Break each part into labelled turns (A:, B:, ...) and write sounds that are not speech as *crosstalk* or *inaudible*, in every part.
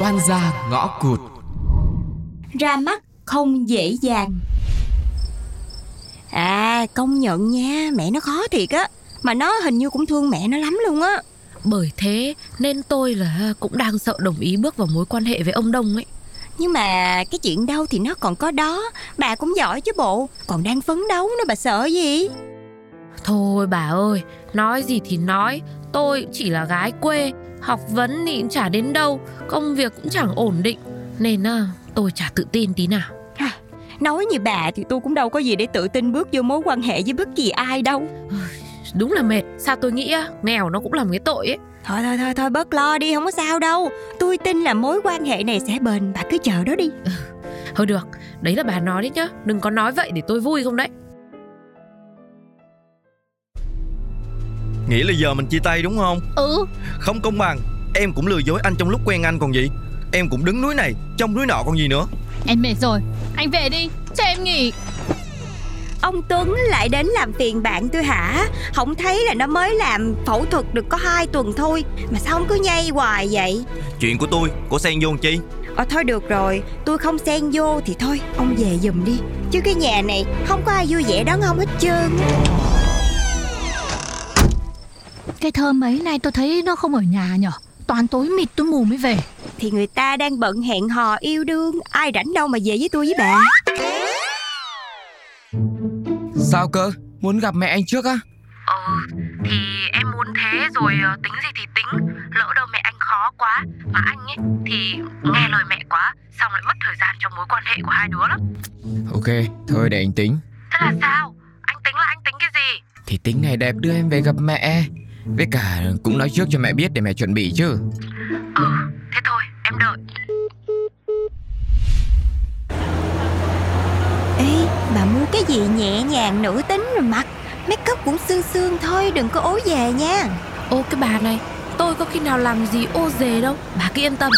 A: oan gia ngõ cụt
B: ra mắt không dễ dàng
C: À công nhận nha Mẹ nó khó thiệt á Mà nó hình như cũng thương mẹ nó lắm luôn á
D: Bởi thế nên tôi là cũng đang sợ đồng ý bước vào mối quan hệ với ông Đông ấy
C: Nhưng mà cái chuyện đâu thì nó còn có đó Bà cũng giỏi chứ bộ Còn đang phấn đấu nữa bà sợ gì
D: Thôi bà ơi Nói gì thì nói Tôi chỉ là gái quê Học vấn thì cũng chả đến đâu Công việc cũng chẳng ổn định Nên à, tôi chả tự tin tí nào
C: Nói như bà thì tôi cũng đâu có gì để tự tin bước vô mối quan hệ với bất kỳ ai đâu
D: Đúng là mệt Sao tôi nghĩ á, nghèo nó cũng là một cái tội ấy
C: Thôi thôi thôi thôi bớt lo đi không có sao đâu Tôi tin là mối quan hệ này sẽ bền Bà cứ chờ đó đi
D: Thôi được Đấy là bà nói đấy nhá Đừng có nói vậy để tôi vui không đấy
E: Nghĩ là giờ mình chia tay đúng không
D: Ừ
E: Không công bằng Em cũng lừa dối anh trong lúc quen anh còn gì Em cũng đứng núi này Trong núi nọ còn gì nữa
F: Em mệt rồi, anh về đi, cho em nghỉ
C: Ông Tuấn lại đến làm phiền bạn tôi hả Không thấy là nó mới làm phẫu thuật được có 2 tuần thôi Mà sao ông cứ nhây hoài vậy
E: Chuyện của tôi Của Sen vô làm chi
C: Ờ thôi được rồi Tôi không xen vô thì thôi Ông về giùm đi Chứ cái nhà này không có ai vui vẻ đón ông hết trơn á.
F: Cái thơm mấy nay tôi thấy nó không ở nhà nhở Toàn tối mịt tối mù mới về
C: Thì người ta đang bận hẹn hò yêu đương Ai rảnh đâu mà về với tôi với bà
A: sao cơ muốn gặp mẹ anh trước á
D: Ờ thì em muốn thế rồi ờ, tính gì thì tính Lỡ đâu mẹ anh khó quá Mà anh ấy thì nghe lời mẹ quá Xong lại mất thời gian trong mối quan hệ của hai đứa lắm
A: ok thôi để anh tính
D: Thế là sao? Anh tính là anh tính cái gì?
A: thì tính ngày đẹp đưa em về gặp mẹ với cả cũng nói trước cho mẹ biết để mẹ chuẩn bị chứ
D: Ừ thế thôi em đợi
C: Ê bà mua cái gì nhẹ nhàng nữ tính rồi mặc Make up cũng xương xương thôi Đừng có ố về nha
D: Ô cái bà này Tôi có khi nào làm gì ô dề đâu Bà cứ yên tâm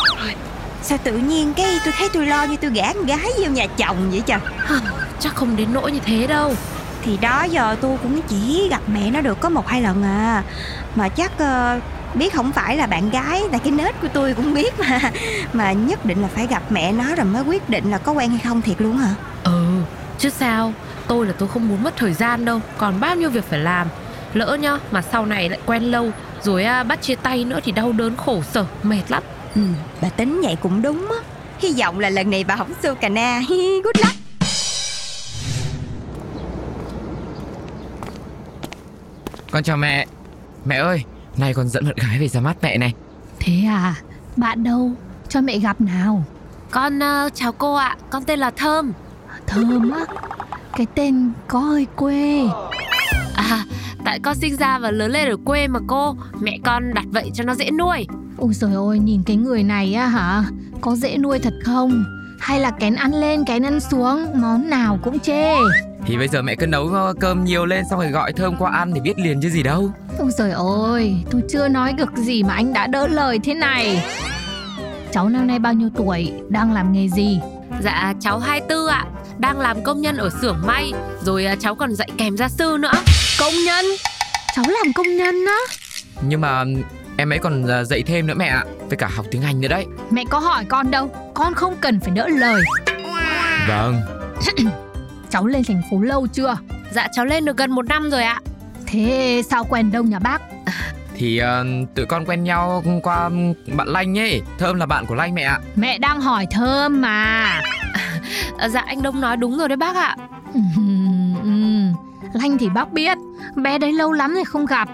C: Sao tự nhiên cái tôi thấy tôi lo như tôi gã con gái vô nhà chồng vậy trời
D: Chắc không đến nỗi như thế đâu
C: Thì đó giờ tôi cũng chỉ gặp mẹ nó được có một hai lần à Mà chắc ờ, biết không phải là bạn gái Tại cái nết của tôi cũng biết mà *laughs* Mà nhất định là phải gặp mẹ nó rồi mới quyết định là có quen hay không thiệt luôn hả
D: Ừ chứ sao Tôi là tôi không muốn mất thời gian đâu Còn bao nhiêu việc phải làm Lỡ nhá mà sau này lại quen lâu Rồi à, bắt chia tay nữa thì đau đớn khổ sở Mệt lắm
C: Ừ, bà tính vậy cũng đúng á Hy vọng là lần này bà không xô cà na *laughs* Good luck
A: con chào mẹ mẹ ơi nay con dẫn bạn gái về ra mắt mẹ này
F: Thế à, bạn đâu, cho mẹ gặp nào
D: Con ờ, chào cô ạ, con tên là Thơm.
F: Thơm á, cái tên có hơi quê
D: À, tại con sinh ra và lớn lên ở quê mà cô, mẹ con đặt vậy cho nó dễ nuôi.
F: Ôi trời ơi, nhìn cái người này á hả Có dễ nuôi thật không Hay là kén ăn lên, kén ăn xuống Món nào cũng chê
A: thì bây giờ mẹ cứ nấu cơm nhiều lên xong rồi gọi thơm qua ăn thì biết liền chứ gì đâu
F: Ôi trời ơi, tôi chưa nói được gì mà anh đã đỡ lời thế này Cháu năm nay bao nhiêu tuổi, đang làm nghề gì?
D: Dạ, cháu 24 ạ, đang làm công nhân ở xưởng may, rồi ờ, cháu còn dạy kèm gia sư nữa. Công nhân?
F: Cháu làm công nhân á
A: nhưng mà em ấy còn à, dạy thêm nữa mẹ ạ với cả học tiếng anh nữa đấy
F: Mẹ có hỏi con đâu, con không cần phải đỡ lời
A: vâng
F: Cháu lên thành phố lâu chưa?
D: Dạ, cháu lên được gần một năm rồi ạ.
F: Thế sao quen đông nhà bác?
A: thì ờ, tụi con quen nhau qua bạn Lanh ấy Thơm là bạn của Lanh mẹ ạ
F: Mẹ đang hỏi thơm mà *laughs*
D: Ờ, Dạ, anh Đông nói đúng rồi đấy bác ạ.
F: Ừm, ừm. Lanh thì bác biết, bé đấy lâu lắm rồi không gặp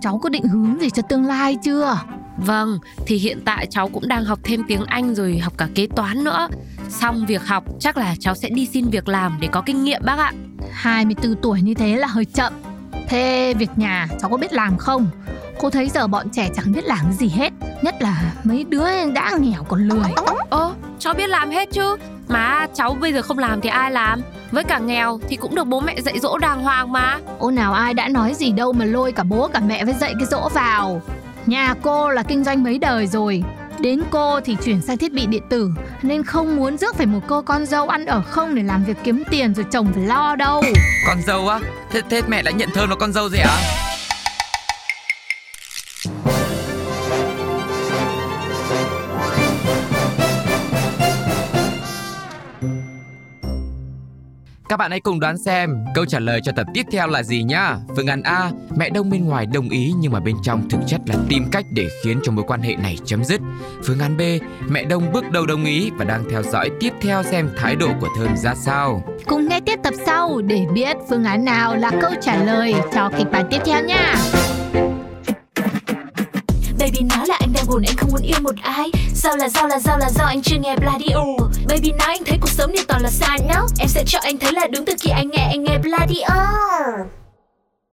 F: Cháu có định hướng gì cho tương lai chưa?
D: Vâng, thì hiện tại cháu cũng đang học thêm tiếng Anh rồi học cả kế toán nữa. Xong việc học, chắc là cháu sẽ đi xin việc làm để có kinh nghiệm bác ạ.
F: 24 tuổi như thế là hơi chậm Thế việc nhà cháu có biết làm không? Cô thấy giờ bọn trẻ chẳng biết làm gì hết Nhất là mấy đứa đã nghèo còn lười
D: Ơ, cháu biết làm hết chứ Mà cháu bây giờ không làm thì ai làm Với cả nghèo thì cũng được bố mẹ dạy dỗ đàng hoàng mà
F: Ô nào ai đã nói gì đâu mà lôi cả bố cả mẹ với dậy cái dỗ vào Nhà cô là kinh doanh mấy đời rồi Đến cô thì chuyển sang thiết bị điện tử Nên không muốn rước phải một cô con dâu ăn ở không Để làm việc kiếm tiền rồi chồng phải lo đâu
A: con dâu á thế, thế mẹ đã nhận Thơm là con dâu gì ạ Các bạn hãy cùng đoán xem câu trả lời cho tập tiếp theo là gì nhá. Phương án A, mẹ Đông bên ngoài đồng ý nhưng mà bên trong thực chất là tìm cách để khiến cho mối quan hệ này chấm dứt. Phương án B, mẹ Đông bước đầu đồng ý và đang theo dõi tiếp theo xem thái độ của Thơm ra sao.
F: Cùng nghe tiếp tập sau để biết phương án nào là câu trả lời cho kịch bản tiếp theo nha.
G: Baby nói là anh đang buồn anh không muốn yêu một ai Sao là sao là sao là do anh chưa nghe Bladio Baby nói anh thấy cuộc sống này toàn là sai nhá Em sẽ cho anh thấy là đúng từ khi anh nghe anh nghe Bladio